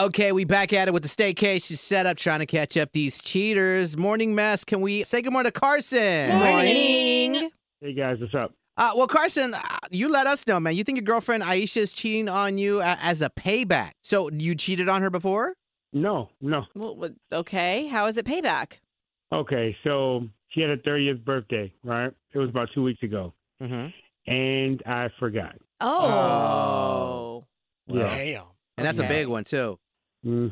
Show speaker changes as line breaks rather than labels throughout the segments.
Okay, we back at it with the staycation She's set up trying to catch up these cheaters. Morning mess, can we say good morning to Carson?
Morning.
Hey guys, what's up?
Uh, well, Carson, uh, you let us know, man. You think your girlfriend Aisha is cheating on you uh, as a payback. So you cheated on her before?
No, no.
Well, what- okay. How is it payback?
Okay, so she had her 30th birthday, right? It was about two weeks ago,
Mm-hmm.
and I forgot.
Oh.
Yeah.
Damn.
And that's a
Okay.
big one, too.
hmm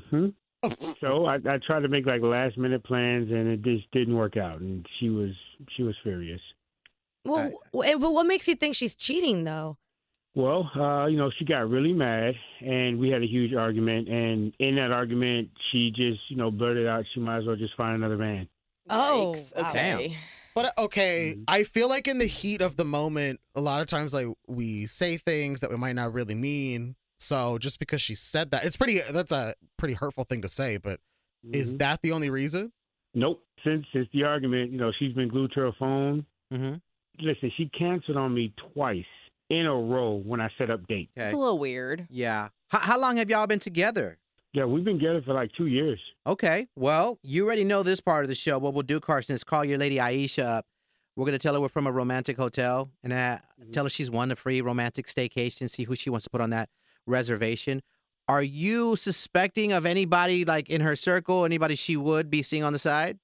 So I, I tried to make like last minute plans, and it just didn't work out. And she was she was furious.
Well, w- eh, but what makes you think she's cheating though?
Well, uh, you know, she got really mad, and we had a huge argument. And in that argument, she just you know blurted out she might as well just find another man.
Oh,
Yikes.
wow.
okay.
But uh, okay,
Mhm.
I feel like in the heat of the moment, a lot of times like we say things that we might not really mean. So just because she said that, it's pretty. That's a pretty hurtful thing to say. But is
Mhm.
that the only reason?
Nope. Since since the argument, you know, she's been glued to her phone.
Mm-hmm.
Listen, she canceled on me twice in a row when I set up dates.
It's a little weird.
Yeah. H- how long have y'all been together?
Yeah, we've been together for like two years.
Okay. Well, you already know this part of the show. What we'll do, Carson, is call your lady Aisha up. We're gonna tell her we're from a romantic hotel, and uh, tell her she's won a free romantic staycation. See who she wants to put on that reservation. Are you suspecting of anybody like in her circle, anybody she would be seeing on the side?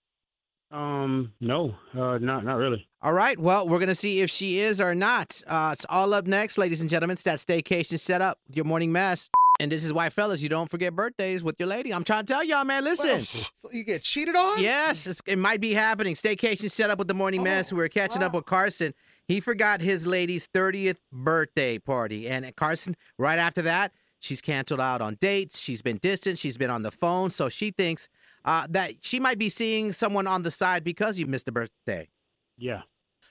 Um, no, uh, not not really.
All right. Well, we're gonna see if she is or not. Uh, it's all up next, ladies and gentlemen. It's that staycation set up. Your morning mess. And this is why, fellas, you don't forget birthdays with your lady. I'm trying to tell y'all, man. Listen.
So you get cheated on?
Yes, it's, it might be happening. Staycation set up with the morning mess. We were catching up with Carson. He forgot his lady's 30th birthday party. And Carson, right after that, she's canceled out on dates. She's been distant. She's been on the phone. So she thinks uh, that she might be seeing someone on the side because you missed the birthday.
Yeah.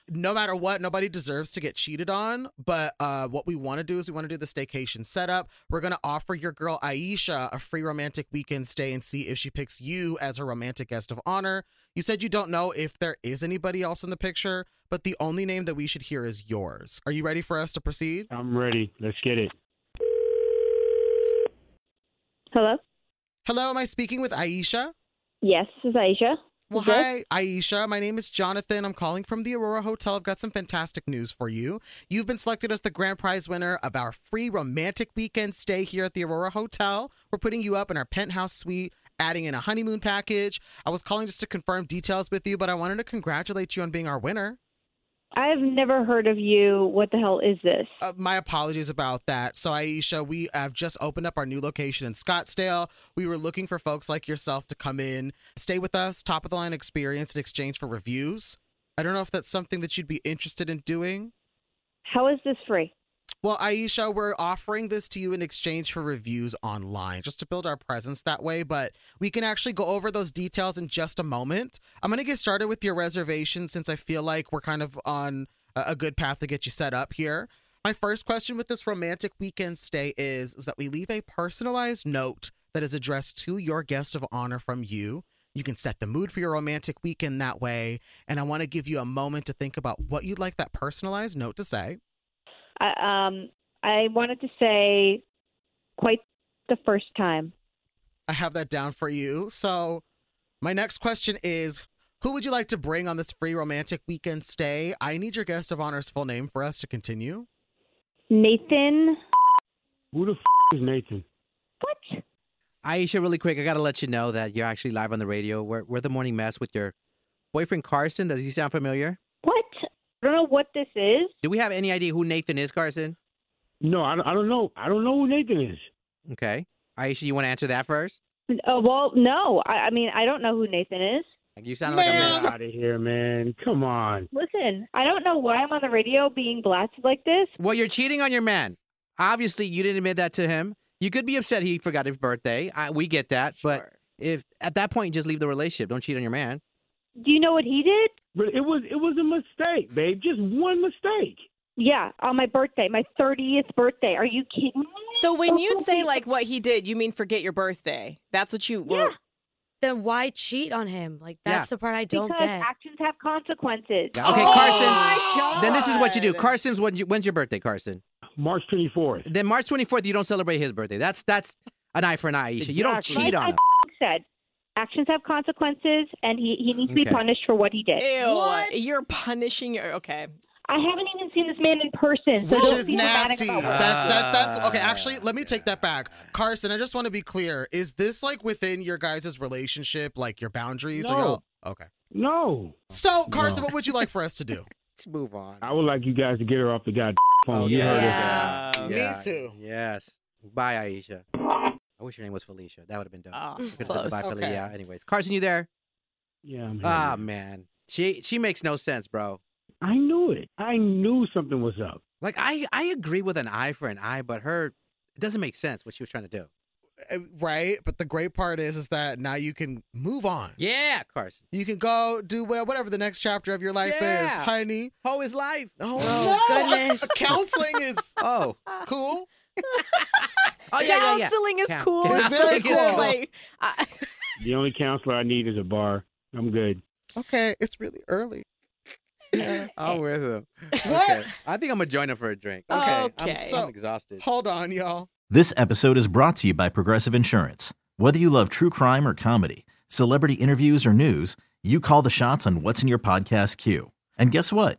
no matter what, nobody deserves to get cheated on. But uh, what we want to do is we want to do the staycation setup. We're gonna offer your girl Aisha a free romantic weekend stay and see if she picks you as her romantic guest of honor. You said you don't know if there is anybody else in the picture, but the only name that we should hear is yours. Are you ready for us to proceed?
I'm ready. Let's get it.
Hello?
Hello, am I speaking with Aisha?
Yes, this is Aisha.
Well,
Yes.
hi, Aisha. My name is Jonathan. I'm calling from the Aurora Hotel. I've got some fantastic news for you. You've been selected as the grand prize winner of our free romantic weekend stay here at the Aurora Hotel. We're putting you up in our penthouse suite, adding in a honeymoon package. I was calling just to confirm details with you, but I wanted to congratulate you on being our winner.
I have never heard of you. What the hell is this?
Uh, my apologies about that. So, Aisha, we have just opened up our new location in Scottsdale. We were looking for folks like yourself to come in, stay with us, top of the line experience in exchange for reviews. I don't know if that's something that you'd be interested in doing.
How is this free?
Well, Aisha, we're offering this to you in exchange for reviews online, just to build our presence that way. But we can actually go over those details in just a moment. I'm going to get started with your reservation since I feel like we're kind of on a a good path to get you set up here. My first question with this romantic weekend stay is, is that we leave a personalized note that is addressed to your guest of honor from you. You can set the mood for your romantic weekend that way. And I want to give you a moment to think about what you'd like that personalized note to say.
I, um, I wanted to say quite the first time.
I have that down for you. So, my next question is Who would you like to bring on this free romantic weekend stay? I need your guest of honor's full name for us to continue.
Nathan.
Who the f- is Nathan?
What?
Aisha, really quick, I got to let you know that you're actually live on the radio. We're, we're the morning mess with your boyfriend, Carson. Does he sound familiar?
What? I don't know what this is.
Do we have any idea who Nathan is, Carson?
No, I, don't- I don't know. I don't know who Nathan is.
Okay. Aisha, you want to answer that first?
Uh, well, no. I, I mean, I don't know who Nathan is.
You sound like a man.
Get out of here, man. Come on.
Listen, I don't know why I'm on the radio being blasted like this.
Well, you're cheating on your man. Obviously, you didn't admit that to him. you could be upset he forgot his birthday. I, we get that, but
Sure.
if at that point just leave the relationship, don't cheat on your man.
Do you know what he did?
But it was it was a mistake, babe. Just one mistake.
Yeah, on my birthday, my 30th birthday. Are you kidding me?
So when you say like what he did, you mean forget your birthday. That's what you were.
Then why cheat on him? Like
Yeah.
that's the part I don't
because
get.
actions have consequences.
Yeah, Okay,
Oh
Carson.
my God.
Then this is what you do. Carson's when you, when's your birthday, Carson?
March twenty fourth.
Then March 24th, you don't celebrate his birthday. That's that's an eye for an eye, Aisha. You don't
Exactly.
cheat on
Uh, I
him.
said actions have consequences, and he, he needs to be
Okay.
punished for what he did.
Ew,
What?
you're punishing your okay.
I haven't even seen this man in person. so
Which
don't
is
be dramatic
nasty.
about it.
That's that. That's okay.
Ah,
Actually, let me take that back, Carson. I just want to be clear: is this like within your guys' relationship, like your boundaries? Or
No.
y'all... Okay.
No,
So, Carson, what would you like for us to do?
Let's move on.
I would like you guys to get her off the goddamn phone. Oh,
Oh,
You heard her.
Yeah.
Um,
Me too.
Yes. Bye, Aisha. I wish her name was Felicia. That would have been dope.
Oh,
We could've said
close.
goodbye, Felicia.
Okay.
Yeah, Anyways, Carson, you there?
Yeah, I'm here.
Ah, man. She she makes no sense, bro.
I knew it. I knew something was up.
Like I I agree with an eye for an eye, but her it doesn't make sense what she was trying to do.
Uh, Right. But the great part is, is that now you can move on.
Yeah, Carson.
You can go do wha- whatever the next chapter of your life
Yeah.
is, honey.
Hoe is life.
Oh,
Oh,
no.
goodness.
Counseling is
Oh.
cool.
Oh yeah, yeah, yeah.
Counseling is
Coun-
cool.
It's very
Just
cool.
like, I-
The only counselor I need is a bar. I'm good.
Okay, it's really early. Yeah.
I'm with him.
What?
Okay. I think I'm gonna join her for a drink. Okay.
Okay.
I'm,
So-
I'm exhausted.
Hold on, y'all.
This episode is brought to you by Progressive Insurance. Whether you love true crime or comedy, celebrity interviews or news, you call the shots on what's in your podcast queue. And guess what?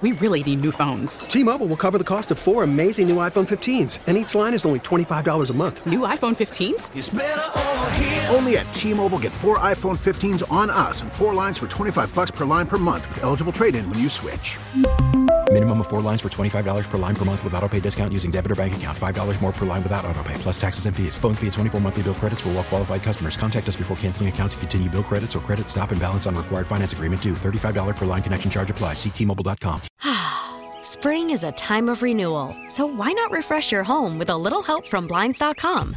We really need new phones.
T-Mobile will cover the cost of four amazing new iPhone 15s, and each line is only $25 a month.
New iPhone 15s?
Only at T-Mobile get 4 iPhone 15s on us and 4 lines for 25 bucks per line per month with eligible trade-in when you switch.
Minimum of four lines for $25 per line per month with auto pay discount using debit or bank account. $5 more per line without auto pay, plus taxes and fees. Phone fee at 24 monthly bill credits for all qualified customers. Contact us before canceling account to continue bill credits or credit stop and balance on required finance agreement due. $35 per line connection charge apply. Ctmobile.com.
Spring is a time of renewal, so why not refresh your home with a little help from Blinds.com?